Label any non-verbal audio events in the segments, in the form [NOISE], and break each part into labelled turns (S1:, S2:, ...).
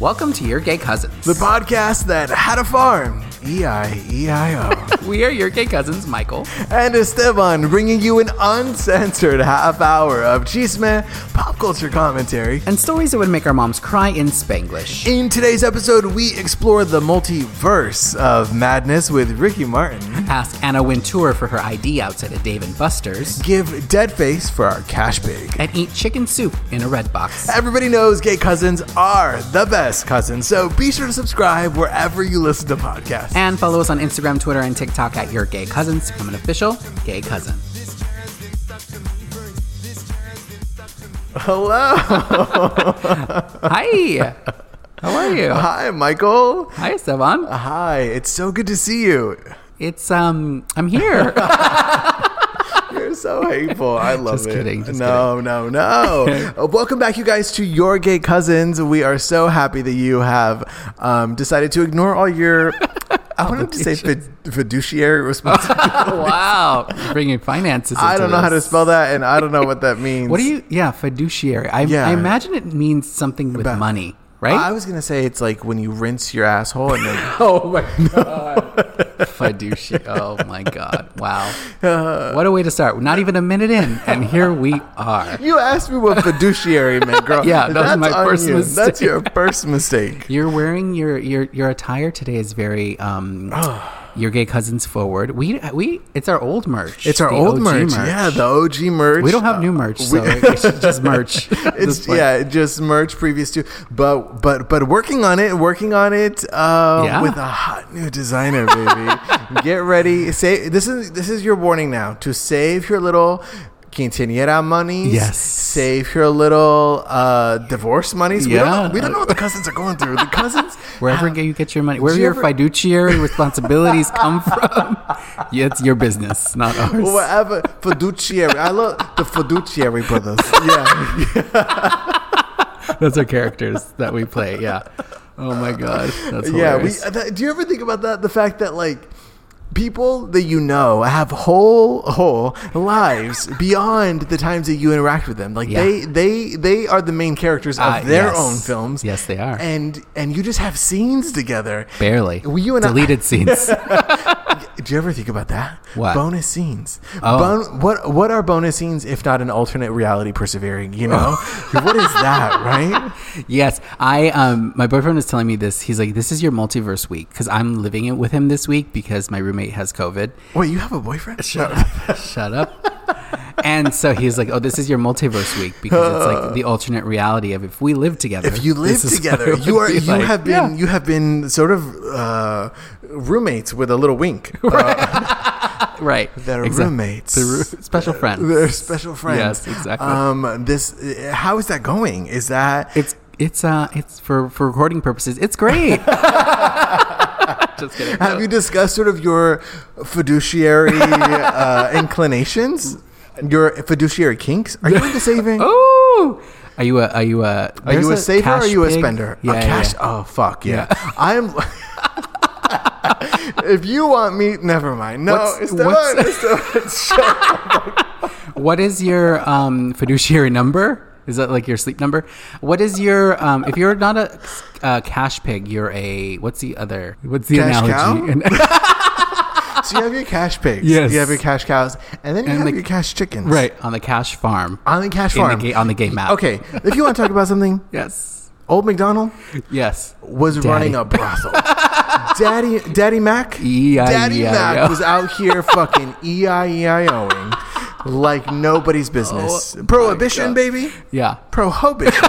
S1: Welcome to Your Gay Cousins.
S2: The podcast that had a farm. E I E I O.
S1: we are Your Gay Cousins, Michael.
S2: and Esteban bringing you an uncensored half hour of chisme, pop culture commentary.
S1: And stories that would make our moms cry in Spanglish.
S2: In today's episode, we explore the multiverse of madness with Ricky Martin.
S1: Ask Anna Wintour for her ID outside of Dave and Buster's.
S2: Give Deadface for our cash pig.
S1: And eat chicken soup in a red box.
S2: Everybody knows gay cousins are the best cousins, so be sure to subscribe wherever you listen to podcasts.
S1: And follow us on Instagram, Twitter, and TikTok at Your Gay Cousins to become an official gay cousin.
S2: Hello. [LAUGHS]
S1: Hi! How are you?
S2: Hi, Michael.
S1: Hi, Esteban.
S2: Hi, it's so good to see you.
S1: It's, um, I'm [LAUGHS] here.
S2: You're so hateful. I love
S1: Just
S2: it.
S1: kidding, just
S2: no,
S1: [LAUGHS]
S2: no, no, Uh, Welcome back, you guys, to Your Gay Cousins. We are so happy that you have um, decided to ignore all your. I wanted to say fid-
S1: [LAUGHS]
S2: fiduciary responsibility.
S1: wow. You're bringing finances into
S2: I don't know how to
S1: this.
S2: spell that, and I don't know what that means.
S1: What do you, yeah, fiduciary. I,
S2: Yeah.
S1: I imagine it means something with
S2: About-
S1: money, right?
S2: I was gonna say it's like when you rinse your asshole and [LAUGHS] then
S1: Oh my god. Fiduciary. Oh my god.
S2: [LAUGHS]
S1: Wow.
S2: Uh,
S1: What a way to start. Not even a minute in, and here we are.
S2: you asked me what fiduciary meant, girl.
S1: Yeah, that was
S2: That's
S1: my
S2: on
S1: first
S2: you. That's
S1: mistake.
S2: your first mistake.
S1: You're wearing your your your attire today is very
S2: [SIGHS]
S1: um your gay cousins forward. We we it's our old merch.
S2: It's our
S1: The
S2: old
S1: OG
S2: merch. Yeah, the OG merch.
S1: We don't have new merch, so it's just
S2: [LAUGHS]
S1: merch. [LAUGHS] at this
S2: It's
S1: point.
S2: yeah, just merch previous to, but but but working on it, working on it uh,
S1: Yeah.
S2: with a hot new designer, baby.
S1: [LAUGHS]
S2: Get ready. Say this is this is your warning now to save your little quinceañera monies.
S1: Yes.
S2: save your little uh, divorce monies. We, don't
S1: Yeah.
S2: know, we don't know what the cousins are going through. The
S1: [LAUGHS]
S2: cousins,
S1: Wherever you get your money, where
S2: you
S1: your
S2: ever-
S1: fiduciary responsibilities come from, [LAUGHS] yeah, it's your business, not ours.
S2: whatever fiduciary. I love the fiduciary brothers. Yeah,
S1: Those are characters that we play. Yeah. Oh my god. That's
S2: yeah. We, uh, [LAUGHS]
S1: hilarious.
S2: that, do you ever think about that? The fact that like people that you know have whole whole
S1: [LAUGHS]
S2: lives beyond the times that you interact with them. Like
S1: Yeah.
S2: they they they are the main characters of
S1: Uh,
S2: their
S1: yes.
S2: own films.
S1: Yes, they are.
S2: And and you just have scenes together.
S1: Barely.
S2: Well, you and I-
S1: deleted
S2: [LAUGHS]
S1: scenes.
S2: Do you ever think about that?
S1: What?
S2: bonus scenes?
S1: Oh.
S2: Bon- what what are bonus scenes if not an alternate reality persevering? You
S1: [LAUGHS]
S2: know, what is that? Right?
S1: yes, I um my boyfriend was telling me this. He's like, "This is your multiverse week" because I'm living it with him this week because my roommate has COVID.
S2: Wait, you have a boyfriend? No.
S1: Shut up. [LAUGHS] And so he's like, "Oh, this is your multiverse week because it's like
S2: [LAUGHS]
S1: the alternate reality of if we live together.
S2: If you live
S1: this is [LAUGHS] what
S2: together,
S1: it
S2: you
S1: would
S2: are
S1: be
S2: you
S1: like."
S2: have
S1: Yeah.
S2: been you have been sort of uh, roommates with a little
S1: [LAUGHS]
S2: wink. Uh,
S1: right.
S2: they're
S1: Exact-
S2: roommates.
S1: They're roo-
S2: [LAUGHS]
S1: special friends.
S2: They're special friends.
S1: Yes, exactly.
S2: Um, this uh, how is that going? Is that
S1: It's it's uh it's for for recording purposes. It's great.
S2: [LAUGHS]
S1: [LAUGHS] Just kidding.
S2: have you discussed sort of your
S1: [LAUGHS]
S2: fiduciary uh, inclinations? Your fiduciary kinks? Are you into saving?
S1: [LAUGHS] Oh, are you a are you a
S2: Are you a, saver or are
S1: cash
S2: you a
S1: pig?
S2: spender?
S1: Yeah,
S2: a
S1: yeah,
S2: cash.
S1: yeah.
S2: Oh fuck yeah!
S1: [LAUGHS]
S2: I'm. [LAUGHS] if you want me, never mind. No,
S1: What's-
S2: Esteban,
S1: what's- [LAUGHS]
S2: Esteban, shut up.
S1: What is your um, fiduciary number? Is that like your sleep number? What is your um, if you're not a uh, cash pig, you're a what's the other? What's the [LAUGHS]
S2: Cash
S1: analogy?
S2: So you have your cash pigs.
S1: Yes.
S2: You have your cash cows, and then you
S1: And
S2: have
S1: the-
S2: your cash chickens.
S1: right on the cash farm.
S2: On the cash
S1: In the
S2: farm.
S1: ga- on the gay map.
S2: Okay. If you want to talk about something,
S1: Yes.
S2: old McDonald
S1: Yes.
S2: was
S1: Daddy.
S2: running a brothel. Daddy Daddy Mac?
S1: E-I-E-I-O.
S2: Daddy Mac was out here fucking E E-I-E-I-O-ing like nobody's business. Prohibition,
S1: Oh, God.
S2: baby.
S1: Yeah.
S2: Prohibition.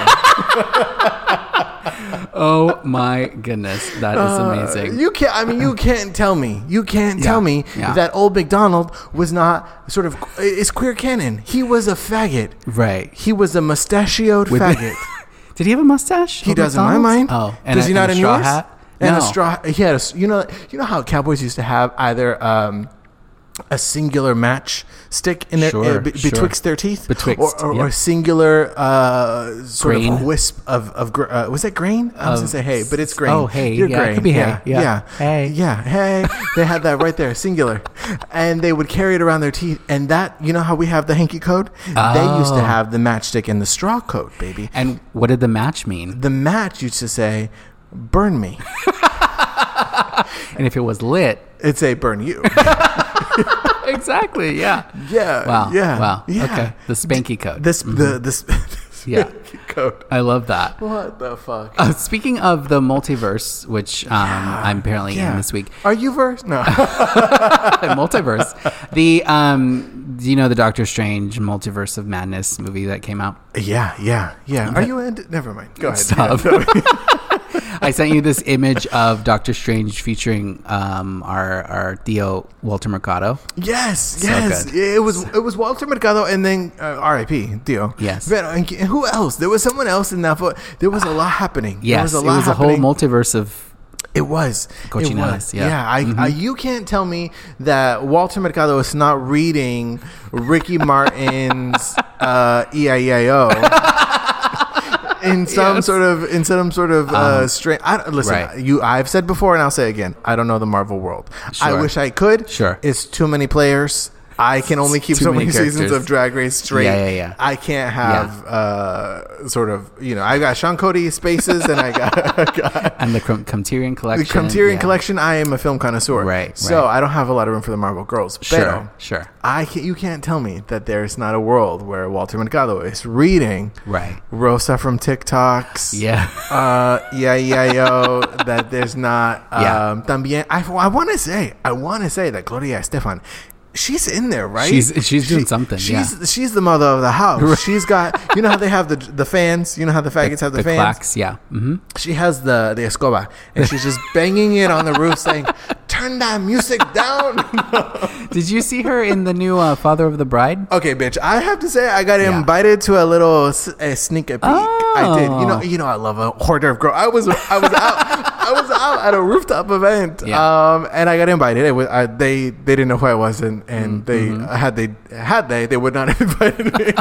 S1: Oh my goodness, that is [LAUGHS]
S2: Uh,
S1: amazing.
S2: You can't. I mean, you can't tell me. You can't tell me
S1: yeah.
S2: that old McDonald was not sort of. It's queer canon. He was a faggot.
S1: right.
S2: He was a mustachioed
S1: [LAUGHS]
S2: faggot.
S1: Did he have a mustache?
S2: he
S1: Old
S2: does in my mind.
S1: MacDonald? Oh,
S2: does
S1: a-
S2: he not
S1: a
S2: in
S1: straw
S2: yours?
S1: hat?
S2: And
S1: no.
S2: a straw. He had a. s- You know. You know how cowboys used to have either. Um, a singular match stick in their
S1: Sure,
S2: uh, be-
S1: sure.
S2: betwixt their teeth,
S1: Betwixt,
S2: or, or, or
S1: yep.
S2: singular uh, sort of
S1: Grain.
S2: wisp of of gr- uh, was that grain? I was gonna say hay, but it's grain.
S1: oh, hay.
S2: You're
S1: Yeah, it
S2: grain.
S1: could be hay. Yeah.
S2: Hay.
S1: Hay.
S2: Yeah. Hey. they had that right there, [LAUGHS] singular, and they would carry it around their teeth. And that you know how we have the hanky code. They used to
S1: Oh.
S2: have the matchstick and the straw coat, baby.
S1: And what did the match mean?
S2: The match used to say, "Burn me."
S1: And if it was lit,
S2: It'd say,
S1: [LAUGHS]
S2: "Burn you." [LAUGHS]
S1: exactly, yeah.
S2: yeah.
S1: Wow.
S2: Yeah.
S1: Wow.
S2: Yeah.
S1: Okay. The spanky code.
S2: This the this. [LAUGHS] this
S1: Yeah.
S2: hanky Code.
S1: I love that.
S2: What the fuck?
S1: Uh, speaking of the multiverse, which um, I'm apparently in this week, [LAUGHS]
S2: Are you versed? No. [LAUGHS]
S1: multiverse. The um, do you know the Doctor Strange multiverse of madness movie that came out?
S2: yeah, yeah, yeah. Are you in? Never mind. Go ahead.
S1: Stop.
S2: Yeah,
S1: [LAUGHS]
S2: no.
S1: I sent you this image of Doctor Strange featuring um, our our Theo Walter Mercado.
S2: yes, yes.
S1: good.
S2: It was it was Walter Mercado and then uh, R.I.P. Dio.
S1: Yes.
S2: But, and who else? There was someone else in that. Fo- there was a lot happening. there
S1: Yes,
S2: was a
S1: it
S2: lot
S1: was a whole
S2: happening.
S1: multiverse of
S2: It was. it
S1: Cochinadas,
S2: was.
S1: yeah. Mm-hmm.
S2: I, I, you can't tell me that Walter Mercado is not reading
S1: [LAUGHS]
S2: Ricky Martin's uh, EIEIO.
S1: [LAUGHS]
S2: In
S1: Yes.
S2: some
S1: Um,
S2: sort of in some sort of uh, strange. I don't, listen,
S1: right.
S2: you. I've said before, and I'll say again. I don't know the Marvel world. I
S1: Sure.
S2: wish I could.
S1: Sure.
S2: it's too many players. I can only keep
S1: too
S2: so many,
S1: many
S2: seasons
S1: characters.
S2: of Drag Race straight.
S1: Yeah, yeah, yeah.
S2: I can't have uh, sort of you know. I got Sean Cody spaces, and I got, [LAUGHS] I got
S1: and the Crum- Comterian
S2: the
S1: collection.
S2: Criterion
S1: yeah.
S2: Collection. I am a film connoisseur,
S1: Right,
S2: So
S1: right.
S2: I don't have a lot of room for the Marvel girls.
S1: Sure,
S2: pero
S1: sure.
S2: I can, you can't tell me that there's not a world where Walter Mercado is reading
S1: Right.
S2: Rosa from TikToks. [LAUGHS]
S1: Yeah.
S2: Uh, yeah, yeah, yo. [LAUGHS] that there's not. Um,
S1: Yeah.
S2: También. I, want to say. I want to say that Gloria Estefan. She's in there, right?
S1: She's- she's doing something, yeah.
S2: She's she's the mother of the
S1: [LAUGHS]
S2: house. She's got. You know how they have the the fans. You know how the faggots have the,
S1: [LAUGHS] the
S2: fans
S1: clacks. Yeah. hmm
S2: she has the the escoba and she's just banging it on the roof saying turn that music down [LAUGHS]
S1: Did you see her in the new uh, Father of the Bride?
S2: okay bitch i have to say i got
S1: Yeah.
S2: invited to a little s- a sneak a peek i did you know
S1: Oh.
S2: you know i love a hors d'oeuvre girl i was i was out i was out at a rooftop event
S1: Yeah.
S2: um and i got invited it was, I, they they didn't know who i was and
S1: Mm,
S2: and
S1: mm-hmm.
S2: they had they had they they would not [LAUGHS] have invited me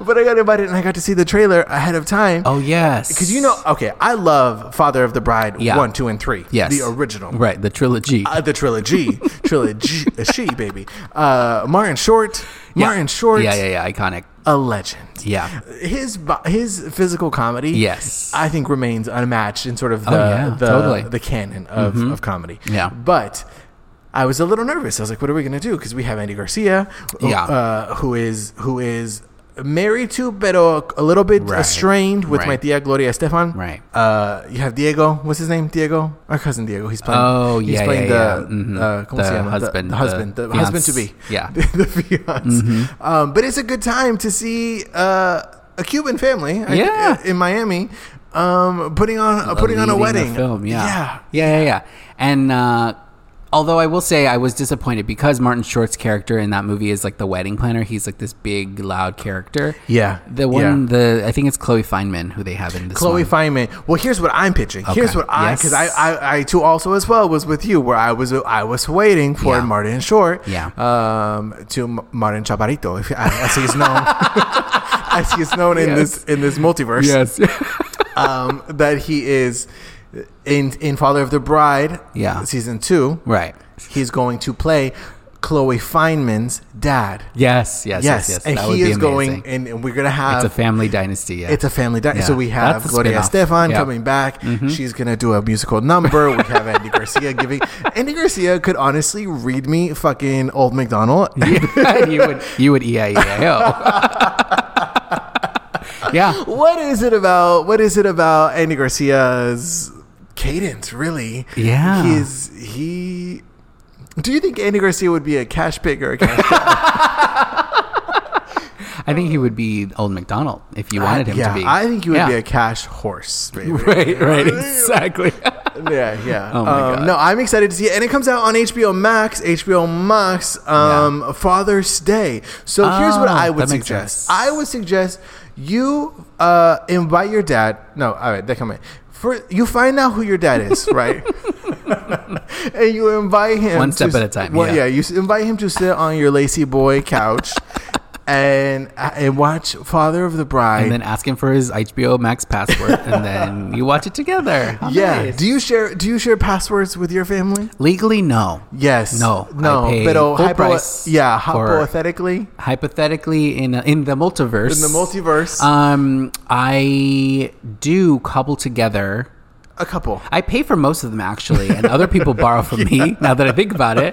S2: but i got invited and i got to see the trailer ahead of time
S1: Oh yes.
S2: Because you know, okay, I love Father of the Bride
S1: Yeah.
S2: one, two, and three.
S1: Yes.
S2: the original,
S1: Right. The trilogy.
S2: uh, the
S1: [LAUGHS]
S2: trilogy, trilogy, she baby, uh, Martin Short, Martin Short,
S1: Yeah. Yeah. Yeah. Iconic.
S2: a legend.
S1: Yeah.
S2: His bo- his physical comedy,
S1: Yes.
S2: I think remains unmatched in sort of the
S1: Oh, yeah,
S2: the,
S1: totally. Mm-hmm.
S2: the canon of, of comedy.
S1: Yeah.
S2: but. I was a little nervous. I was like, "What are we going to do?" Because we have Andy Garcia, who-
S1: Yeah.
S2: uh, who is who is married to, pero a little bit
S1: Right.
S2: estranged with my
S1: Right.
S2: tia Gloria Estefan.
S1: Right.
S2: Uh, you have Diego. What's his name? Diego, our cousin Diego. He's playing.
S1: Oh,
S2: he's
S1: yeah,
S2: playing
S1: yeah,
S2: the
S1: yeah. Mhm.
S2: uh, ¿cómo
S1: The
S2: se llama?
S1: husband,
S2: the,
S1: the
S2: husband, the,
S1: fiance.
S2: husband to be.
S1: Yeah.
S2: the, [LAUGHS] the fiance.
S1: Mm-hmm.
S2: Um, but it's a good time to see uh, a Cuban family. I-
S1: Yeah.
S2: in Miami, um, putting on uh, putting on a
S1: leading
S2: wedding.
S1: film, yeah.
S2: yeah.
S1: yeah, yeah, yeah. And uh, although I will say I was disappointed because Martin Short's character in that movie is like the wedding planner. He's like this big, loud character.
S2: Yeah,
S1: the one, the I think it's Chloe Feynman who they have in this. one.
S2: Chloe Feynman. Well, here's what I'm pitching. Here's
S1: Okay.
S2: what I
S1: Yes.
S2: because I, I I too also as well was with you where I was I was waiting for
S1: Yeah.
S2: Martin Short.
S1: Yeah.
S2: Um, to M- Martin Chaparito, if as he's
S1: [LAUGHS]
S2: known, [LAUGHS] as he's known in this in this multiverse.
S1: [LAUGHS]
S2: Um, that he is in in Father of the Bride.
S1: Yeah.
S2: Season two.
S1: right.
S2: He's going to play Chloe Feynman's dad.
S1: Yes, yes, yes, yes.
S2: Yes, and
S1: that
S2: he
S1: would be
S2: is going,
S1: amazing.
S2: and, and we're gonna have
S1: it's a family dynasty. Yeah,
S2: it's a family dynasty.
S1: Yeah.
S2: So we have
S1: That's a
S2: Gloria
S1: spin-off.
S2: Estefan
S1: Yeah. Mm-hmm.
S2: coming back. She's gonna do a musical number. We have Andy
S1: [LAUGHS]
S2: Garcia giving. Andy Garcia could honestly read me fucking Old McDonald.
S1: [LAUGHS] you would you would E EIEIO.
S2: [LAUGHS]
S1: yeah,
S2: what is it about? What is it about Andy Garcia's cadence? Really?
S1: Yeah.
S2: He's he. Do you think Andy Garcia would be a cash pick or a cash?
S1: [LAUGHS]
S2: cow?
S1: I think he would be Old McDonald if you wanted him
S2: yeah,
S1: to be.
S2: I think he would
S1: Yeah. [LAUGHS]
S2: be a cash horse. baby.
S1: right,
S2: [LAUGHS]
S1: right, exactly.
S2: yeah, yeah.
S1: [LAUGHS] Oh my
S2: um,
S1: God.
S2: No, I'm excited to see it, and it comes out on HBO Max. HBO Max, um, Father's Day. So here's what
S1: Oh,
S2: I would
S1: that makes
S2: suggest.
S1: sense.
S2: I would suggest you uh,
S1: [LAUGHS]
S2: invite your dad. No, all right, [LAUGHS] that come in. For you find out who your dad is, right? and you invite him
S1: One step
S2: to-
S1: at a time,
S2: well,
S1: yeah.
S2: yeah, you s- invite him to sit on your lacy boy
S1: [LAUGHS]
S2: couch and uh, and watch Father of the Bride.
S1: and then ask him for his HBO Max password, and then you watch it together. How
S2: [LAUGHS] yeah.
S1: nice.
S2: Do you share Do you share passwords with your family?
S1: Legally, no.
S2: Yes.
S1: No, I
S2: No.
S1: pay full
S2: pero hypo-
S1: price
S2: yeah.
S1: for-
S2: Hypothetically,
S1: Hypothetically, in in the multiverse,
S2: in the multiverse,
S1: um, I do cobble together.
S2: a couple.
S1: I pay for most of them actually, and other
S2: [LAUGHS]
S1: people borrow from me. Now that I think about it,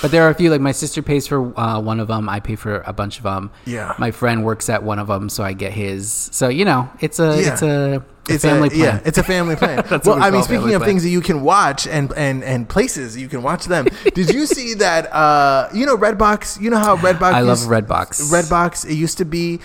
S1: but there are a few. Like my sister pays for uh, one of them. I pay for a bunch of them.
S2: Yeah.
S1: my friend works at one of them, so I get his. So you know, it's a
S2: Yeah.
S1: it's a, a family plan.
S2: Yeah, it's a
S1: [LAUGHS]
S2: family plan.
S1: That's what
S2: well,
S1: we
S2: I mean,
S1: call family
S2: speaking of
S1: plan.
S2: things that you can watch and and and places you can watch them. Did you see [LAUGHS] that? Uh, you know, Redbox. You know how Redbox.
S1: I love
S2: used-
S1: Redbox.
S2: Redbox. It used to be.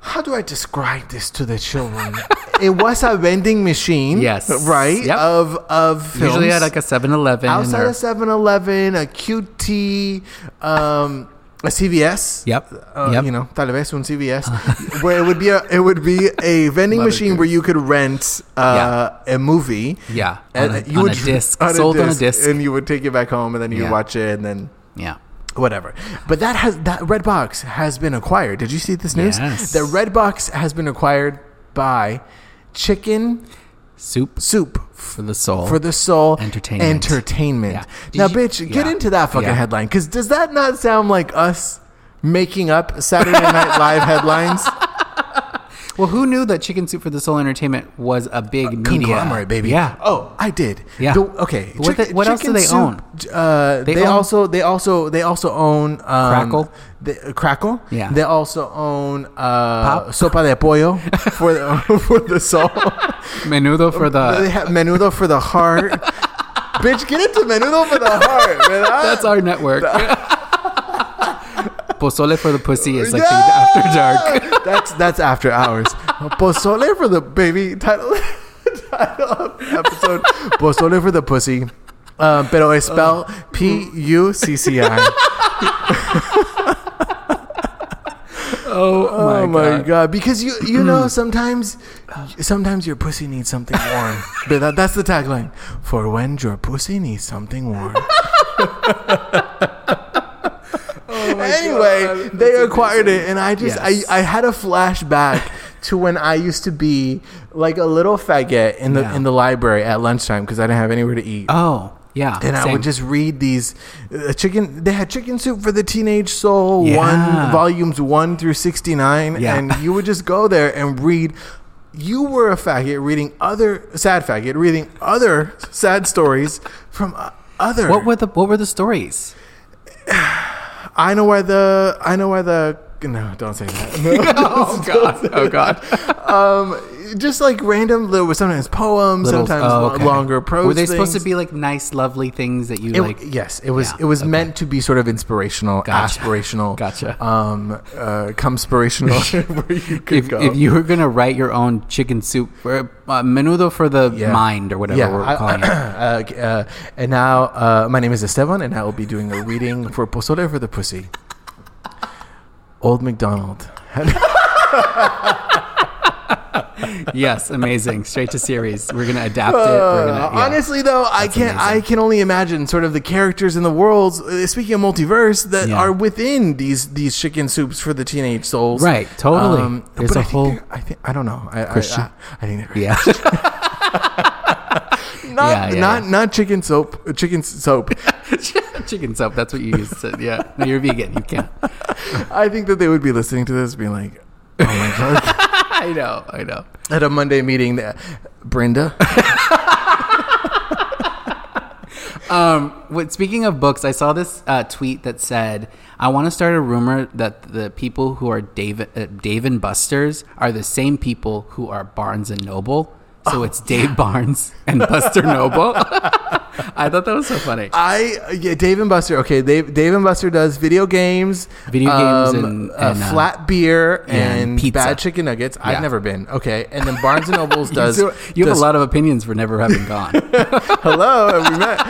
S2: How do I describe this to the children? it was a vending machine.
S1: Yes.
S2: Right.
S1: Yep.
S2: Of of films.
S1: Usually at like a 7-Eleven
S2: outside
S1: or
S2: of 7-Eleven, a QT, um, a CVS.
S1: Yep,
S2: Uh,
S1: yep.
S2: You know, tal vez
S1: [LAUGHS]
S2: un CVS, where it would be a it would be a vending
S1: Mother
S2: machine
S1: goose.
S2: where you could rent uh, a movie.
S1: Yeah,
S2: And
S1: on a-
S2: you
S1: on
S2: would [LAUGHS]
S1: a disc.
S2: on
S1: Sold on a disc.
S2: and you would take it back home, and then you
S1: Yeah.
S2: watch it, and then
S1: yeah.
S2: whatever. But that has that Redbox has been acquired. Did you see this news?
S1: Yes.
S2: The Redbox has been acquired by Chicken
S1: Soup
S2: Soup
S1: for the soul.
S2: for the soul
S1: Entertainment.
S2: entertainment.
S1: Yeah. Did
S2: Now,
S1: you-
S2: bitch, get
S1: yeah.
S2: into that fucking
S1: Yeah.
S2: headline because does that not sound like us making up Saturday
S1: [LAUGHS]
S2: Night Live headlines?
S1: well, who knew that Chicken Soup for the Soul Entertainment was a big media
S2: Conglomerate, baby.
S1: Yeah.
S2: Oh, I did.
S1: Yeah.
S2: The- okay.
S1: What
S2: Chick-
S1: the- what else do
S2: Chicken
S1: they
S2: Soup,
S1: own?
S2: Uh, they
S1: They own-
S2: also they also they also own um,
S1: Crackle?
S2: The, uh, Crackle.
S1: Yeah.
S2: They also own uh,
S1: Pop?
S2: sopa de pollo for
S1: [LAUGHS]
S2: the, [LAUGHS] for the soul.
S1: Menudo for the.
S2: they have menudo for the
S1: [LAUGHS]
S2: heart. Bitch, get into menudo for the heart. ¿verdad?
S1: That's our
S2: [LAUGHS]
S1: network. [LAUGHS] Pozole for the pussy is like the
S2: Yeah!
S1: after dark.
S2: [LAUGHS] that's that's after hours. Pozole for the baby title, [LAUGHS] title of the episode. Pozole for the pussy. Um, pero es spelled P U C C I.
S1: [LAUGHS] Oh, Mm.
S2: Oh my god. Because you you know sometimes sometimes your pussy needs something warm. but that, that's the tagline. For when your pussy needs
S1: [LAUGHS]
S2: something warm.
S1: Oh
S2: anyway, they acquired it, and I just
S1: Yes.
S2: I, I had a flashback to when I used to be like a little faggot in the
S1: Yeah.
S2: in the library at lunchtime because I didn't have anywhere to eat.
S1: Oh yeah.
S2: and I
S1: same.
S2: would just read these uh, chicken. They had Chicken Soup for the Teenage Soul,
S1: Yeah.
S2: one volumes one through sixty nine,
S1: Yeah.
S2: and you would just go there and read. You were a faggot reading other sad faggot reading other sad stories from uh, other.
S1: What were the What were the
S2: [LAUGHS]
S1: stories?
S2: I know why the I know why the no don't say that.
S1: [LAUGHS] oh god. Oh god.
S2: um, just like random little sometimes poems,
S1: Little-
S2: [LAUGHS] sometimes
S1: oh,
S2: lo-
S1: okay.
S2: longer prose.
S1: Were they supposed to
S2: things.
S1: be like nice, lovely things that you
S2: It,
S1: like?
S2: yes, it was.
S1: yeah,
S2: it was
S1: okay.
S2: meant to be sort of inspirational,
S1: Gotcha.
S2: aspirational,
S1: Gotcha.
S2: um, uh,
S1: [LAUGHS]
S2: comspirational, [LAUGHS] where you could
S1: if,
S2: go.
S1: if you were gonna write your own chicken soup for uh, menudo for the
S2: Yeah.
S1: mind or whatever we're
S2: I-
S1: calling
S2: [LAUGHS]
S1: it.
S2: [CLEARS THROAT] uh, uh, and now, uh, my name is Esteban, and I will be doing a reading for Pozole for the Pussy. Old McDonald. [LAUGHS]
S1: yes, amazing. Straight to series. We're gonna adapt it. We're
S2: Uh,
S1: gonna, yeah.
S2: Honestly, though, I can't. I can only imagine sort of the characters in the worlds. uh, Speaking of multiverse, that
S1: Yeah.
S2: are within these these chicken soups for the teenage souls. Um,
S1: Right, totally. There's
S2: but
S1: a
S2: I think
S1: whole-
S2: they're- I think I don't know. I, I,
S1: Christian-
S2: I, I think they're
S1: yeah. [LAUGHS]
S2: [LAUGHS] not
S1: Yeah, yeah,
S2: not
S1: yeah.
S2: not chicken soap. uh, Chicken
S1: [LAUGHS]
S2: s- soap.
S1: chicken soup. That's what you used to. Yeah, no, you're vegan. You can't.
S2: I think that they would be listening to this, being like, "Oh my god!"
S1: [LAUGHS]
S2: [LAUGHS]
S1: I know. I know.
S2: At a Monday meeting, that Brenda.
S1: Um, what, speaking of books, I saw this uh, tweet that said, "I want to start a rumor that the people who are Dave, uh, Dave and Buster's are the same people who are Barnes and Noble." So
S2: Oh,
S1: it's Dave Barnes and
S2: [LAUGHS]
S1: Buster Noble. [LAUGHS] I thought that was so funny.
S2: Uh, I yeah, Dave and Buster. Okay, Dave Dave and Buster does video games,
S1: Video games and-
S2: uh,
S1: and, uh,
S2: flat beer
S1: and
S2: and,
S1: pizza.
S2: bad chicken nuggets.
S1: Yeah.
S2: I've never been. Okay, and then Barnes and Nobles
S1: [LAUGHS]
S2: does.
S1: you, do- you have
S2: does-
S1: a lot of opinions for never having gone.
S2: [LAUGHS] Hello, and we met.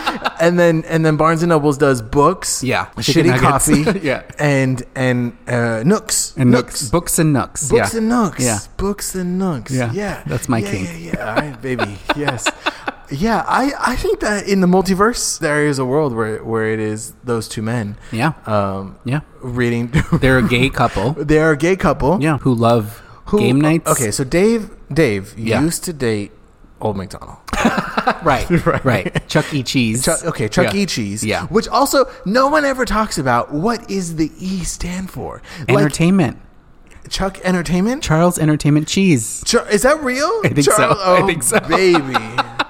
S2: And then and then Barnes and Nobles does books.
S1: Yeah, chicken
S2: shitty
S1: nuggets.
S2: coffee.
S1: [LAUGHS] Yeah.
S2: and and uh, nooks
S1: And nooks, books and nooks.
S2: Books
S1: yeah.
S2: and nooks.
S1: Yeah.
S2: Books and nooks.
S1: Yeah.
S2: Yeah.
S1: That's my
S2: yeah,
S1: king.
S2: Yeah, yeah. All right, baby. [LAUGHS] Yes. Yeah, I, I think that in the multiverse there is a world where where it is those two men.
S1: Yeah.
S2: Um,
S1: Yeah.
S2: reading.
S1: They're a gay couple.
S2: [LAUGHS] they are a gay couple.
S1: Yeah. Who love
S2: who- oh,
S1: game nights.
S2: Okay, so Dave Dave
S1: Yeah.
S2: used to date Old McDonald.
S1: [LAUGHS] Right.
S2: [LAUGHS] Right.
S1: right. Chuck E. Cheese.
S2: Chuck, okay, Chuck
S1: Yeah.
S2: E. Cheese.
S1: Yeah.
S2: Which also no one ever talks about. What is the E stand for?
S1: Entertainment.
S2: Like Chuck Entertainment.
S1: Charles Entertainment Cheese.
S2: Char- is that real? I
S1: think so. I think so.
S2: baby.
S1: [LAUGHS]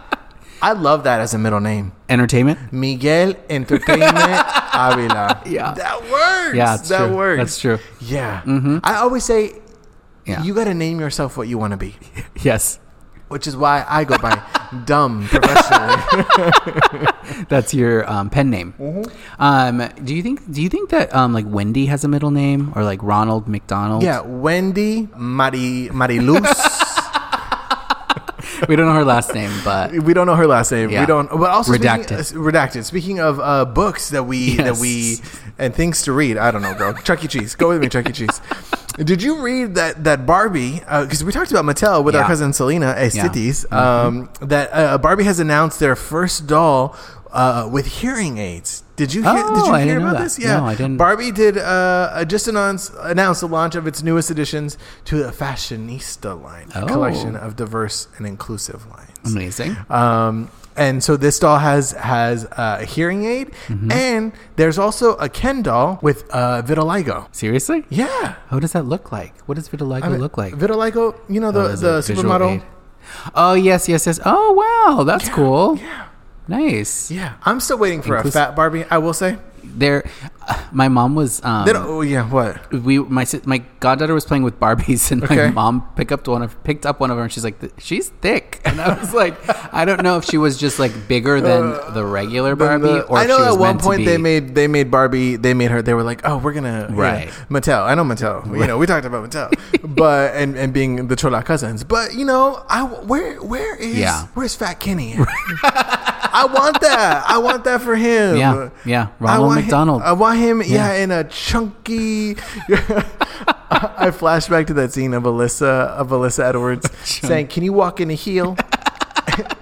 S2: I love that as a middle name. [LAUGHS]
S1: Entertainment.
S2: Miguel Entertainment Avila.
S1: Yeah.
S2: That works.
S1: Yeah, it's
S2: that
S1: true.
S2: works.
S1: That's true. Mm-hmm.
S2: Yeah. I always say,
S1: Yeah.
S2: you got to name yourself what you want to be,
S1: Yes.
S2: which is why I go by [LAUGHS] dumb professionally.
S1: That's your um, pen name.
S2: Mm-hmm.
S1: Um, do you think? Do you think that um, like Wendy has a middle name or like Ronald McDonald?
S2: yeah. Wendy Mari Mariluz.
S1: [LAUGHS] we don't know her last name, but [LAUGHS]
S2: we don't know her last name.
S1: Yeah.
S2: We don't. But also
S1: Redacted.
S2: Speaking, uh, redacted. Speaking of uh, books that we that
S1: Yes.
S2: we and things to read. I don't know, bro. Chuck E. Cheese. Go with me, Chuck
S1: [LAUGHS]
S2: E. Cheese. Did you read that that Barbie? Because we talked about Mattel with our
S1: Yeah.
S2: cousin Selena
S1: Yeah. Mm-hmm.
S2: Estites. Um, That uh, Barbie has announced their first doll uh, with hearing aids. Did you hear, did
S1: Oh,
S2: you
S1: I
S2: hear
S1: didn't know
S2: about
S1: that.
S2: this? Yeah,
S1: No, I didn't.
S2: Barbie did uh, uh, just announce announced the launch of its newest additions to the fashionista line, a
S1: Oh.
S2: collection of diverse and inclusive lines.
S1: amazing.
S2: Um, and so this doll has has uh, a hearing aid,
S1: Mm-hmm.
S2: and there's also a Ken doll with uh, vitiligo.
S1: Seriously,
S2: Yeah,
S1: how does that look like? What does vitiligo look like?
S2: vitiligo. You know the
S1: Oh, as
S2: the
S1: a visual
S2: supermodel.
S1: aid. Oh yes, yes, yes. Oh wow, that's cool.
S2: Yeah,
S1: Nice.
S2: yeah. I'm still waiting for
S1: Inclus-
S2: a fat Barbie. I will say.
S1: There, my mom was. Um,
S2: They don't, oh yeah, what?
S1: we my sis- my goddaughter was playing with Barbies and
S2: Okay.
S1: my mom picked up one of picked up one of them and she's like she's thick [LAUGHS] and I was like I don't know if she was just like bigger than the regular
S2: Then
S1: Barbie
S2: Uh, the-
S1: or
S2: I
S1: if she
S2: know
S1: was
S2: at one
S1: meant to
S2: point they
S1: be-
S2: made they made Barbie they made her they were like oh we're gonna you know,
S1: Right.
S2: Mattel I know Mattel you know we talked about
S1: [LAUGHS]
S2: Mattel but and, and being the Chola cousins but you know I where where is
S1: Yeah.
S2: where's Fat
S1: [LAUGHS]
S2: Kenny at? I want that I want that for him
S1: yeah yeah
S2: uh, I
S1: Ronald
S2: want
S1: McDonald
S2: Him, [LAUGHS] I want him, yeah,
S1: Yeah.
S2: in a chunky. [LAUGHS] I flash back to that scene of Alyssa of Alyssa
S1: [LAUGHS]
S2: Edwards saying, "Can you walk in a heel?"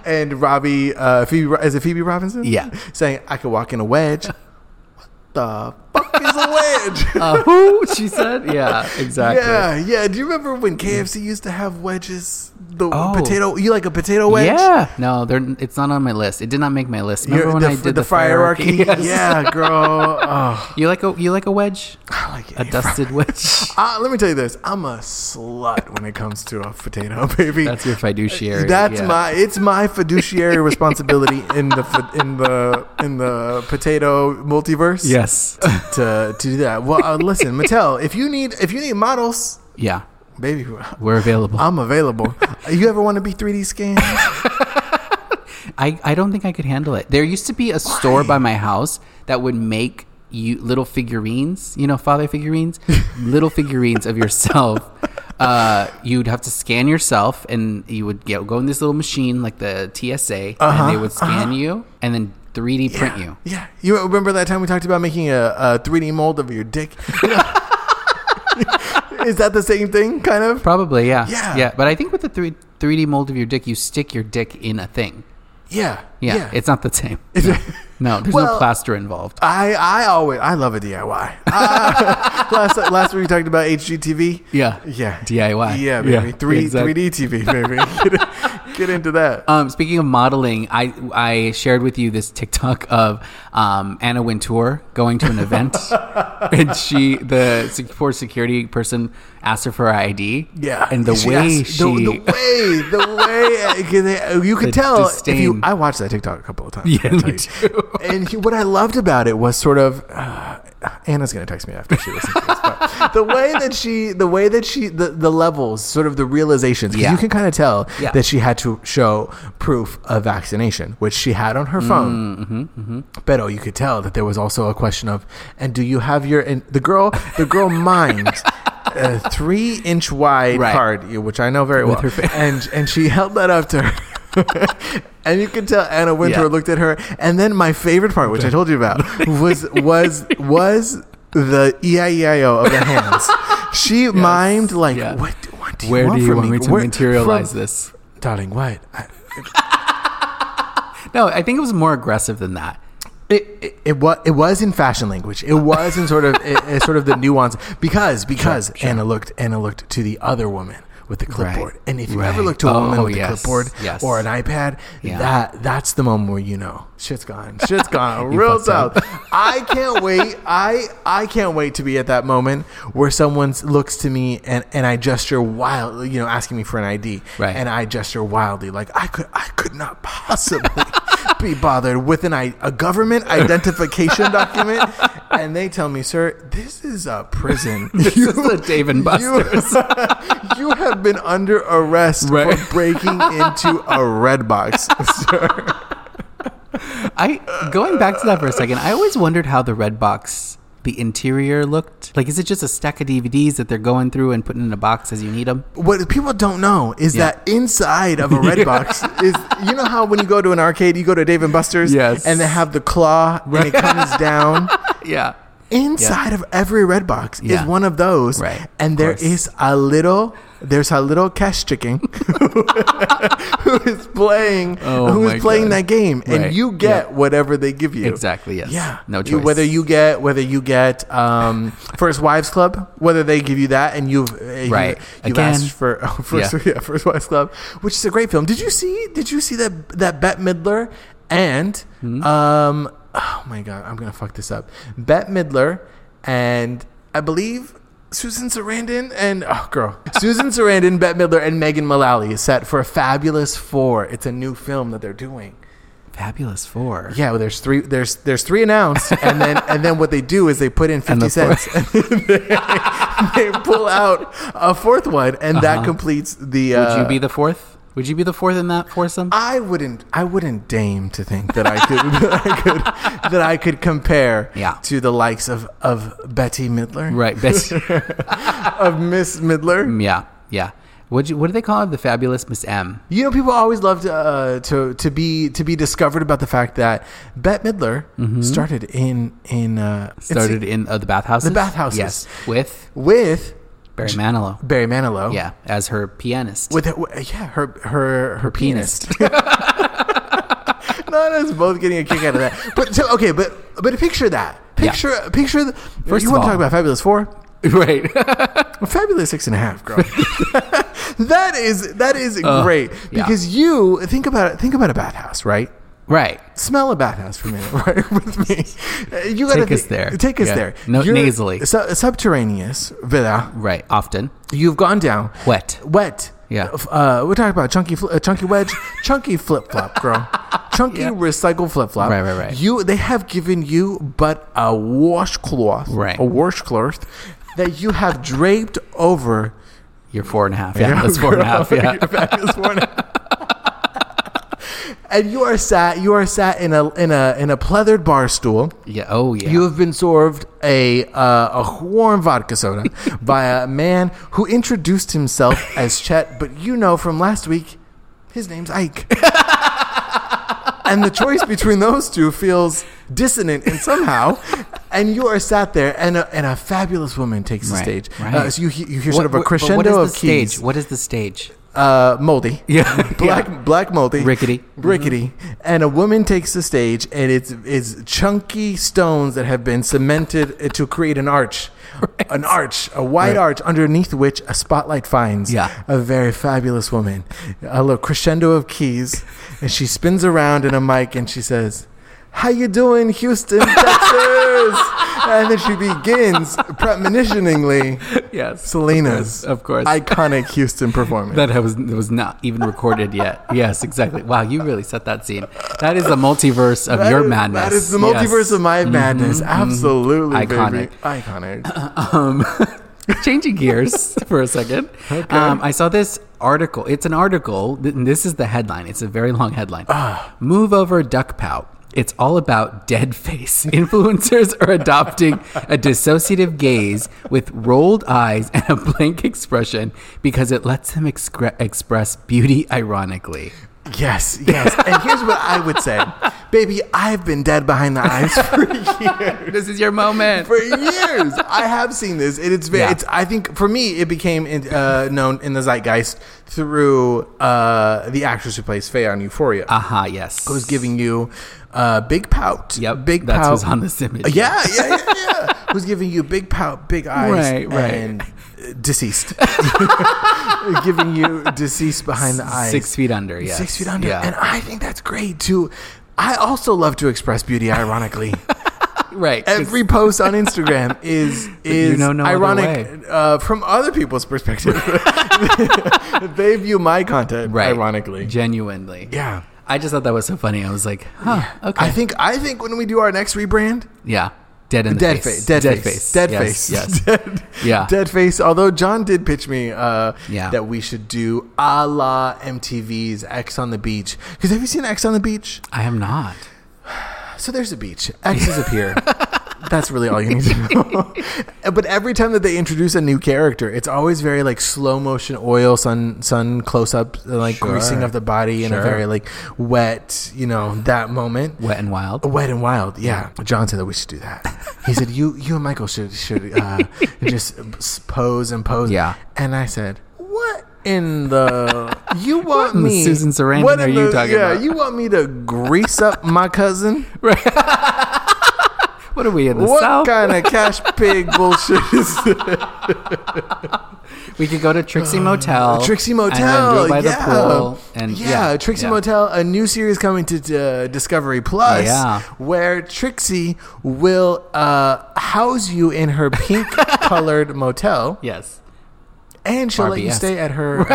S2: and Robbie, uh, Phoebe, is it Phoebe Robinson?
S1: Yeah.
S2: saying, "I could walk in
S1: [LAUGHS]
S2: a wedge." what the fuck is a wedge?
S1: uh, who she said yeah [LAUGHS] exactly
S2: [LAUGHS] Yeah, yeah. Do you remember when KFC used to have wedges? The
S1: Oh.
S2: potato, you like a potato wedge?
S1: Yeah. no they're it's not on my list it did not make my list remember
S2: You're-
S1: when
S2: the,
S1: I
S2: f-
S1: did
S2: the,
S1: the,
S2: hierarchy.
S1: [LAUGHS] Yes.
S2: Yeah, girl. Oh,
S1: you like a you like a wedge
S2: I like [LAUGHS] it.
S1: a dusted
S2: [LAUGHS]
S1: wedge
S2: Uh, let me tell you this. I'm a slut when it comes to a potato, [LAUGHS] baby.
S1: that's your fiduciary
S2: That's
S1: yeah.
S2: my it's my fiduciary responsibility in the fi- in the in the potato multiverse.
S1: yes
S2: [LAUGHS] To to do that. Well, uh, listen, Mattel, if you need if you need models,
S1: yeah
S2: baby, [LAUGHS]
S1: we're available
S2: I'm available. you ever want to be 3D scanned?
S1: I, I don't think I could handle it. There used to be a store by my house that would make you little figurines, you know, father
S2: [LAUGHS]
S1: figurines, little figurines of yourself. Uh, you'd have to scan yourself, and you would get, go in this little machine like the TSA, and they would scan you and then 3D print you.
S2: Uh-huh, Yeah. You remember that time we talked about making a, a 3D mold of
S1: [LAUGHS]
S2: your dick? [LAUGHS] Is that the same thing kind of?
S1: Probably, yeah,
S2: Yeah.
S1: yeah. But I think with the three 3D mold of your dick, you stick your dick in a thing.
S2: Yeah.
S1: Yeah, it's not the same.
S2: [LAUGHS]
S1: No, there's
S2: Well-
S1: no plaster involved.
S2: I I always I love a DIY. Ah, [LAUGHS] last last week we talked about HGTV.
S1: Yeah,
S2: Yeah.
S1: DIY.
S2: Yeah, baby. Three
S1: exactly.
S2: three D TV, baby. [LAUGHS] get, get into that.
S1: Um, speaking of modeling, I I shared with you this TikTok of um, Anna Wintour going to an
S2: [LAUGHS]
S1: event, and she the sec- poor security person asked her for her ID.
S2: Yeah,
S1: and the
S2: she
S1: way
S2: asked-
S1: she
S2: the, the way
S1: [LAUGHS]
S2: uh, the way you could
S1: The
S2: tell if you.
S1: disdain.
S2: I watched that TikTok a couple of times.
S1: Yeah,
S2: I tell
S1: me
S2: you.
S1: too.
S2: And he, what I loved about it was sort of uh, Anna's going to text me after she listens. to this, but the way that she, the way that she, the, the levels, sort of the realizations. 'cause
S1: Yeah.
S2: you can kind of tell
S1: Yeah.
S2: that she had to show proof of vaccination, which she had on her phone. But oh, you could tell that there was also a question of, and do you have your and the girl,
S1: [LAUGHS]
S2: the girl mined a three inch wide
S1: Right.
S2: card, which I know very well,
S1: her fa-
S2: and and she held that up to her. [LAUGHS] And you could tell Anna Wintour
S1: Yeah.
S2: looked at her, and then my favorite part, which I told you about,
S1: [LAUGHS]
S2: was was was the E EIEIO of the hands.
S1: [LAUGHS]
S2: She mimed like,
S1: Yeah.
S2: what, do- what do you
S1: [LAUGHS] where
S2: want
S1: do you
S2: from
S1: want me to
S2: Where-
S1: materialize
S2: from-
S1: this?
S2: darling? What? I,
S1: No, I think it was more aggressive than
S2: [LAUGHS]
S1: that.
S2: It, it, it was it was in fashion language. It was in sort of it, it's sort of the nuance because because
S1: sure.
S2: Anna looked Anna looked to the other woman with the
S1: Right.
S2: clipboard, and if you
S1: Right.
S2: ever look to a
S1: Oh,
S2: woman with
S1: yes.
S2: a clipboard
S1: Yes.
S2: or an iPad,
S1: Yeah.
S2: that that's the moment where you know shit's gone, shit's gone,
S1: [LAUGHS] You
S2: real
S1: fucked up.
S2: south. I can't wait. I I can't wait to be at that moment where someone looks to me and and I gesture wildly, you know, asking me for an ID,
S1: Right.
S2: and I gesture wildly like I could I could not possibly. [LAUGHS] Be bothered with an I, a government identification document, and they tell me, "Sir, this is a prison.
S1: [LAUGHS] This is the Dave and Buster's.
S2: You, [LAUGHS] you have been under arrest
S1: Right.
S2: for breaking into a
S1: [LAUGHS]
S2: red box.
S1: I going back to that for a second. I always wondered how the red box, the interior looked. Like, is it just a stack of DVDs that they're going through and putting in a box as you need them?
S2: what people don't know is
S1: Yeah.
S2: that
S1: [LAUGHS]
S2: inside of a red box is you know how when you go to an arcade, you go to Dave and Buster's
S1: Yes.
S2: and they have the claw
S1: [LAUGHS]
S2: and it comes down.
S1: [LAUGHS] Yeah.
S2: Inside of every red box
S1: Yeah.
S2: is one of those.
S1: Right.
S2: And
S1: Of
S2: there
S1: course.
S2: is a little there's a little cash chicken [LAUGHS] who is playing
S1: Oh
S2: who
S1: my
S2: is playing
S1: God.
S2: that game.
S1: Right.
S2: And you get
S1: Yep.
S2: whatever they give you.
S1: Exactly. Yes.
S2: Yeah.
S1: No
S2: You-
S1: choice.
S2: whether you get whether you get um, First Wives Club, whether they give you that and you've uh,
S1: Right.
S2: you, you've
S1: Again.
S2: asked for [LAUGHS] first, yeah.
S1: Yeah.
S2: First Wives Club, which is a great film. Did you see? Did you see that that Bette Midler and
S1: Hmm?
S2: um oh my god, I'm gonna fuck this up. Bette Midler and I believe. Susan Sarandon and oh
S1: [LAUGHS]
S2: girl, Susan Sarandon, Bette Midler, and Megan Mullally is set for a Fabulous Four. It's a new film that they're doing.
S1: Fabulous Four.
S2: Yeah, well, there's three. There's there's three announced, and then and then what they do is they put
S1: [LAUGHS]
S2: in fifty
S1: the fourth-
S2: cents. [LAUGHS] And they, they pull out a fourth one, and that completes the. Uh,
S1: Uh-huh. Would you be the fourth? Would you be the fourth in that foursome?
S2: I wouldn't. I wouldn't deign to think that I could [LAUGHS] that I could that I could compare
S1: Yeah.
S2: to the likes of of Betty Midler
S1: right.
S2: [LAUGHS]
S1: Best.
S2: of Miss Midler.
S1: yeah. Yeah. What you? What do they call it? The fabulous Miss M.
S2: You know, people always love to uh, to to be to be discovered about the fact that Bette Midler started in in uh, it's-
S1: Mm-hmm. Started in uh, the bathhouses.
S2: The bathhouses.
S1: Yes. With
S2: with
S1: Barry Manilow.
S2: Barry Manilow.
S1: Yeah, as her pianist.
S2: with her, w- yeah her her her penis. Not us both getting a kick out of that.
S1: [LAUGHS]
S2: But so, okay, but but picture that.
S1: Yeah.
S2: Picture picture. The, First
S1: First
S2: you
S1: of
S2: want to
S1: all-
S2: talk about fabulous four?
S1: [LAUGHS] right. [LAUGHS]
S2: Fabulous six and a half, girl. that is that is great
S1: yeah.
S2: because you think about it. Think about a bathhouse, right?
S1: right.
S2: Smell a bathhouse for a minute, [LAUGHS] right? With me, Uh, you gotta
S1: Take us
S2: thi-
S1: there.
S2: Take us
S1: Yeah.
S2: there.
S1: No-
S2: You're
S1: nasally.
S2: su- subterraneous villa.
S1: Right. Often.
S2: You've gone down
S1: Wet.
S2: wet.
S1: Yeah.
S2: Uh, we're talking about chunky, fl- uh, chunky
S1: [LAUGHS]
S2: wedge, chunky flip flop, girl. Chunky recycle flip flop.
S1: Right, right, right.
S2: You, they have given you but a washcloth,
S1: Right.
S2: A washcloth that you have draped over.
S1: You're four and a half. Yeah, that's four and a half.
S2: [LAUGHS]
S1: Yeah.
S2: That's four and a half. And you are sat, you are sat in a in a in a pleathered bar stool.
S1: Yeah. Oh, yeah.
S2: You have been served a uh, a warm
S1: [LAUGHS]
S2: vodka soda by a man who introduced himself as Chet, but you know from last week, his name's
S1: [LAUGHS]
S2: Ike. and the choice between those two feels dissonant and somehow. And you are sat there, and a, and a fabulous woman takes the
S1: Right,
S2: stage.
S1: right.
S2: Uh, so you, he- you hear sort of a
S1: but
S2: crescendo
S1: what is
S2: of
S1: the
S2: keys.
S1: stage? What is the stage?
S2: Uh, moldy.
S1: [LAUGHS] Yeah.
S2: Black
S1: Yeah.
S2: black moldy.
S1: Rickety.
S2: Rickety. And a woman takes the stage and it's it's chunky stones that have been cemented uh, to create an arch. An arch, a wide
S1: Right.
S2: arch underneath which a spotlight finds
S1: Yeah.
S2: a very fabulous woman. A little crescendo of keys and she spins around in a mic and she says, "How you doing,
S1: [LAUGHS]
S2: Houston, Texas?" and then she begins premonitioningly
S1: Yes.
S2: Selena's
S1: Of course.
S2: iconic Houston performance.
S1: That was that was not even recorded yet. Yes, exactly. Wow, you really set that scene. That is the multiverse of
S2: That
S1: your
S2: is-
S1: madness.
S2: That is the
S1: Yes. Mm-hmm.
S2: multiverse of my madness. Absolutely,
S1: Iconic.
S2: baby. Iconic.
S1: [LAUGHS] Um, changing gears [LAUGHS] for a second. Um, I saw this article. It's an article. th- and This is the headline. It's a very long headline.
S2: Ah.
S1: Move over duck pout. It's all about dead [LAUGHS] face. Influencers are adopting a dissociative gaze with rolled eyes and a blank expression because it lets them excre- express beauty ironically.
S2: Yes, yes. And here's what I would say.
S1: [LAUGHS]
S2: Baby, I've been dead behind the eyes [LAUGHS] for years.
S1: This is your moment.
S2: [LAUGHS] For years, I have seen this. It, it's, ve-
S1: Yeah.
S2: it's. I think for me, it became uh, known in the zeitgeist through uh, the actress who plays Faye on Euphoria,
S1: Aha, yes.
S2: who's giving you uh, big pout.
S1: Yep,
S2: big
S1: that's
S2: pout.
S1: what's on this image.
S2: Yeah, yeah, yeah, yeah. Who's giving you big pout, big eyes,
S1: Right, right.
S2: and uh,
S1: [LAUGHS]
S2: deceased? giving you deceased behind the eyes,
S1: Six feet under, yes.
S2: six feet under,
S1: Yeah.
S2: and I think that's great too. I also love to express
S1: [LAUGHS]
S2: beauty. Ironically,
S1: right. 'cause-
S2: every post on Instagram
S1: [LAUGHS]
S2: is is
S1: know no other way.
S2: ironic uh, from other people's perspective. [LAUGHS] they view my content
S1: right.
S2: ironically.
S1: Genuinely.
S2: Yeah.
S1: I just thought that was so funny. I was like, huh, okay.
S2: I think I think when we do our next rebrand,
S1: yeah. Dead in the
S2: dead
S1: face.
S2: face, dead, face, dead
S1: Yes,
S2: face,
S1: Yes.
S2: [LAUGHS] dead,
S1: Yeah.
S2: dead face. Although John did pitch me, uh,
S1: Yeah.
S2: that we should do a la MTV's X on the Beach. Because have you seen X on the Beach?
S1: I am not.
S2: So there's a beach. X is a
S1: [LAUGHS]
S2: pier. That's really all you need to know. but every time that they introduce a new character, it's always very like slow motion oil, sun, sun close up, like
S1: Sure.
S2: greasing of the body in a
S1: Sure.
S2: very like wet, you know, that moment.
S1: Wet and wild.
S2: Wet and wild, yeah. John said that we should do that. He said you, you and Michael should should uh, [LAUGHS] just s- pose and pose.
S1: Yeah.
S2: And I said, what
S1: [LAUGHS]
S2: in the you want
S1: in the
S2: me?
S1: Susan Sarandon
S2: what
S1: are
S2: in
S1: you talking
S2: yeah,
S1: about?
S2: you want me to grease up my
S1: [LAUGHS]
S2: cousin?
S1: What are we in the
S2: what
S1: south?
S2: kind of cash pig bullshit
S1: [LAUGHS]
S2: is this?
S1: we could go to Trixie Motel.
S2: Uh, Trixie Motel?
S1: Oh. And then do it by
S2: yeah.
S1: the pool. And
S2: yeah, Trixie
S1: yeah.
S2: Motel, a new series coming to uh, Discovery Plus,
S1: Yeah.
S2: where Trixie will uh, house you in her
S1: [LAUGHS]
S2: pink colored motel.
S1: Yes.
S2: And she'll let you
S1: Barbie-esque.
S2: stay at her.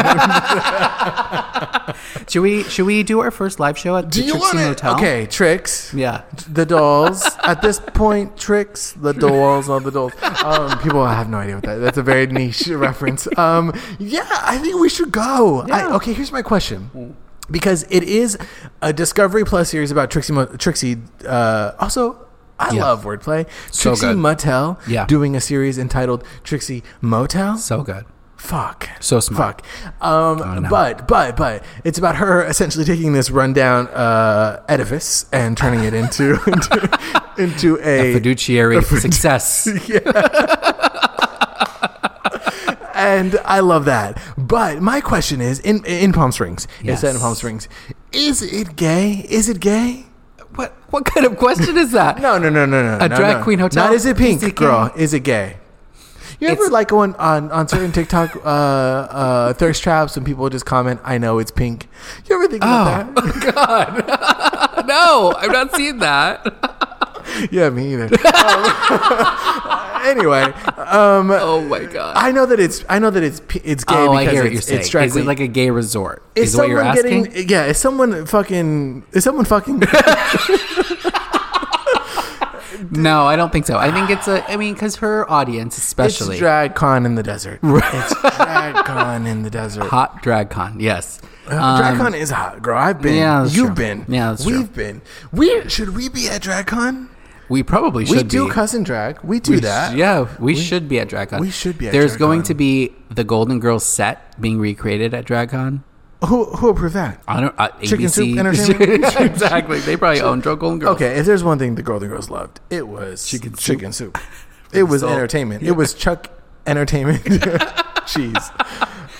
S1: Should we should we do our first live show at
S2: Do
S1: the
S2: you
S1: Trixie
S2: want it?
S1: Motel?
S2: Okay, tricks.
S1: Yeah.
S2: The dolls. At this point, tricks. The dolls on the dolls. Um, people have no idea what that. That's a very niche [LAUGHS] reference. Um, yeah, I think we should go. I,
S1: Yeah. Hmm.
S2: okay, here's my question. Because it is a Discovery Plus series about Trixie. Mo- Trixie. Uh, also, I
S1: Yeah.
S2: love wordplay.
S1: So
S2: Trixie
S1: good.
S2: Motel.
S1: Yeah.
S2: Doing a series entitled Trixie Motel.
S1: So good.
S2: Fuck.
S1: So smart.
S2: Fuck. Um,
S1: no.
S2: But but but it's about her essentially taking this rundown uh, edifice and turning it into [LAUGHS] into, into a
S1: Fiduciary success.
S2: and I love that. But my question is in in Palm Springs. It's set in
S1: Yes.
S2: Palm Springs. Is it gay? Is it gay?
S1: what what kind of question is
S2: [LAUGHS]
S1: that?
S2: No no no no no.
S1: A
S2: no,
S1: drag
S2: no.
S1: queen hotel?
S2: Not is it
S1: Is
S2: pink
S1: it gay?
S2: girl? Is it gay? You ever
S1: It's-
S2: like on on on certain TikTok uh, uh, thirst traps when people just comment, "I know it's pink." You ever think
S1: Oh,
S2: about that?
S1: No, I've not seen that.
S2: Yeah, me either. Um, [LAUGHS] anyway, um,
S1: Oh my god.
S2: I know that it's I know that it's p- it's gay
S1: oh, I
S2: because
S1: hear what
S2: it's,
S1: you're saying.
S2: it's drag
S1: Is it
S2: queen.
S1: like a gay resort?
S2: is
S1: Is, what you're
S2: someone
S1: asking?
S2: getting? Yeah, is someone fucking? Is someone fucking?
S1: no, I don't think so. I think it's a. I mean, because her audience, [LAUGHS]
S2: it's
S1: especially
S2: drag con in the
S1: [LAUGHS]
S2: desert. It's drag con in the desert.
S1: hot drag con. Yes.
S2: Uh, drag
S1: Um,
S2: con is hot, girl. I've been.
S1: yeah, that's
S2: you've
S1: true.
S2: been.
S1: Yeah, that's
S2: we've
S1: true.
S2: been. We should we be at drag con?
S1: we probably should
S2: We do
S1: be.
S2: cousin drag. We do
S1: We sh-
S2: that.
S1: Yeah, we, should be at DragCon.
S2: we should be at
S1: There's
S2: DragCon.
S1: going to be the Golden Girls set being recreated at DragCon.
S2: Who who approved that?
S1: I don't. Uh,
S2: Chicken
S1: ABC. [LAUGHS]
S2: Soup Entertainment?
S1: Yeah, exactly. They probably own Golden Girls.
S2: [LAUGHS] Okay, if there's one thing the Golden Girls loved, it was chicken
S1: Chicken
S2: soup.
S1: soup. [LAUGHS]
S2: It was
S1: Salt.
S2: entertainment. It was Chuck
S1: [LAUGHS]
S2: entertainment. Cheese.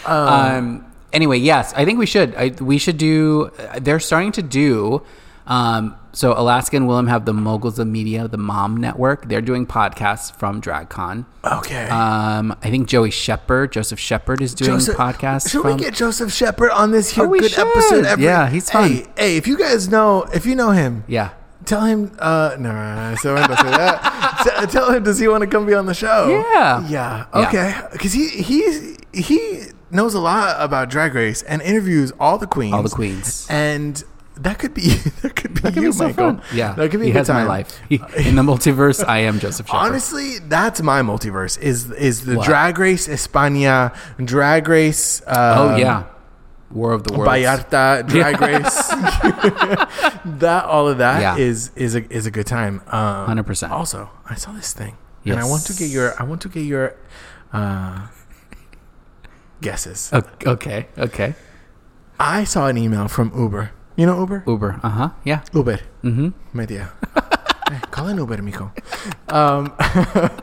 S1: Um. Anyway, yes, I think we should. I, we should do. uh, They're starting to do. Um. So Alaska and Willem have the Moguls of Media, the Mom Network. They're doing podcasts from DragCon.
S2: Okay.
S1: Um. I think Joey Shepard, Joseph Shepard, is doing podcasts.
S2: Should
S1: from,
S2: we get Joseph Shepard on this here
S1: Oh, we
S2: good
S1: should.
S2: episode? Every,
S1: Yeah, he's
S2: Hey,
S1: fun.
S2: hey, if you guys know, if you know him,
S1: Yeah.
S2: tell him. Uh, no, no, no, no, so I'm not gonna
S1: [LAUGHS]
S2: say that. T- tell him, does he want to come be on the show?
S1: Yeah.
S2: yeah,
S1: Yeah.
S2: okay. Because he he he knows a lot about Drag Race and interviews all the queens.
S1: All the queens.
S2: and that could be [LAUGHS] that could be
S1: That could
S2: you,
S1: be so
S2: Michael.
S1: fun. Yeah,
S2: that could be
S1: he
S2: a good
S1: has
S2: time.
S1: my life in the multiverse. I am Joseph Shepard.
S2: Honestly, that's my multiverse is is the Drag Race España, Drag Race. Uh,
S1: oh yeah, War of the Worlds.
S2: Vallarta,
S1: [LAUGHS]
S2: Drag Race, [LAUGHS] that all of
S1: Yeah.
S2: that is is a is a good time. Hundred
S1: 100%.
S2: Also, I saw this thing, and I want to get
S1: Yes.
S2: your I want to get your uh, guesses.
S1: O- Okay, okay.
S2: I saw an email from Uber. You know Uber?
S1: Uber. Uh huh. Yeah.
S2: Uber,
S1: Mm-hmm. [LAUGHS]
S2: my dear. Eh, Call an Uber, mijo. Um,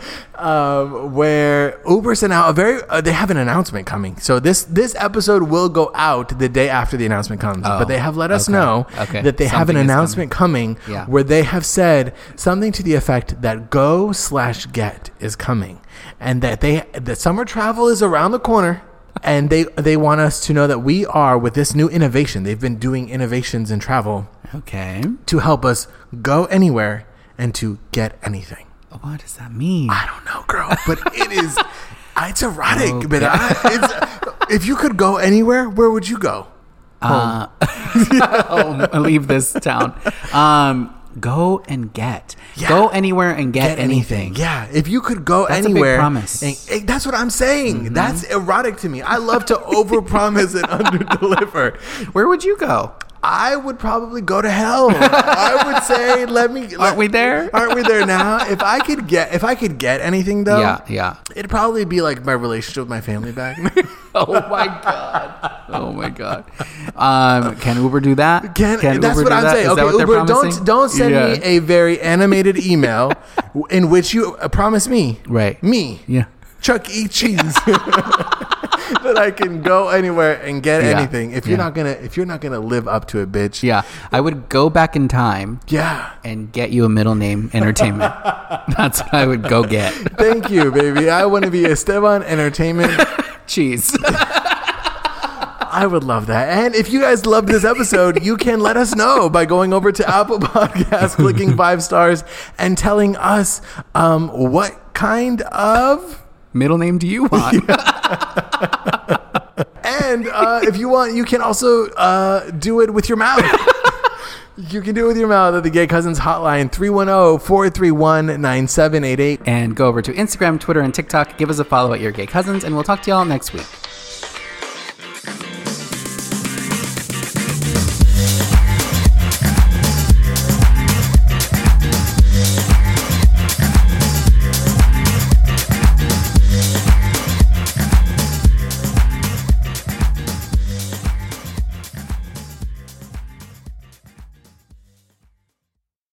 S2: [LAUGHS] um, where Uber sent out a very, uh, they have an announcement coming. So this this episode will go out the day after the announcement comes.
S1: Oh,
S2: but they have let us
S1: okay,
S2: know
S1: okay.
S2: that they have an
S1: Something is
S2: announcement coming,
S1: Yeah.
S2: where they have said something to the effect that Go slash Get is coming, and that they that summer travel is around the corner. And they, they want us to know that we are with this new innovation. They've been doing innovations in travel
S1: Okay.
S2: to help us go anywhere and to get anything.
S1: What does that mean?
S2: I don't know, girl, but
S1: [LAUGHS]
S2: it is. It's erotic, but I, it's, if you could go anywhere, where would you go?
S1: Uh, [LAUGHS] oh, leave this town. Um, go and get.
S2: Yeah.
S1: Go anywhere and get, anything.
S2: Yeah, if you could go
S1: That's a big
S2: anywhere,
S1: promise. Mm-hmm.
S2: and- eh, that's what I'm saying. That's erotic to me. I love to
S1: [LAUGHS]
S2: overpromise and underdeliver.
S1: Where would you
S2: [LAUGHS]
S1: go?
S2: I would probably go to hell. I would say, let me. let-
S1: we there?
S2: Aren't we there now? If I could get, if I could get anything though,
S1: Yeah, yeah.
S2: it'd probably be like my relationship with my family back. [LAUGHS]
S1: Oh my god. Oh my god. Um, can Uber do that?
S2: Can, that's
S1: Uber
S2: what
S1: do
S2: I'm
S1: that?
S2: saying.
S1: Is
S2: Okay,
S1: that what they're
S2: Uber,
S1: promising?
S2: don't don't send me
S1: Yeah.
S2: a very animated
S1: [LAUGHS]
S2: email w- in which you uh, promise me,
S1: Right.
S2: Me,
S1: Yeah.
S2: Chuck E.
S1: [LAUGHS]
S2: Cheese, [LAUGHS] that I can go anywhere and get
S1: Yeah.
S2: anything. If you're
S1: Yeah.
S2: not gonna, if you're not gonna live up to it, bitch.
S1: Yeah. I would go back in time
S2: Yeah.
S1: and get you a middle name
S2: [LAUGHS]
S1: entertainment. that's what I would go get.
S2: Thank you, baby. I want to be
S1: [LAUGHS]
S2: Esteban Entertainment.
S1: Cheese.
S2: I would love that. And if you guys loved this episode, you can let us know by going over to Apple Podcasts,
S1: [LAUGHS]
S2: clicking five stars, and telling us um, what kind of.
S1: middle name do you
S2: [LAUGHS]
S1: want?
S2: And uh, if you want, you can also uh, do it with your mouth. you can do it with your mouth at the Gay Cousins Hotline, 310 431 9788.
S1: And go over to Instagram, Twitter, and TikTok. Give us a follow at Your Gay Cousins, and we'll talk to y'all next week.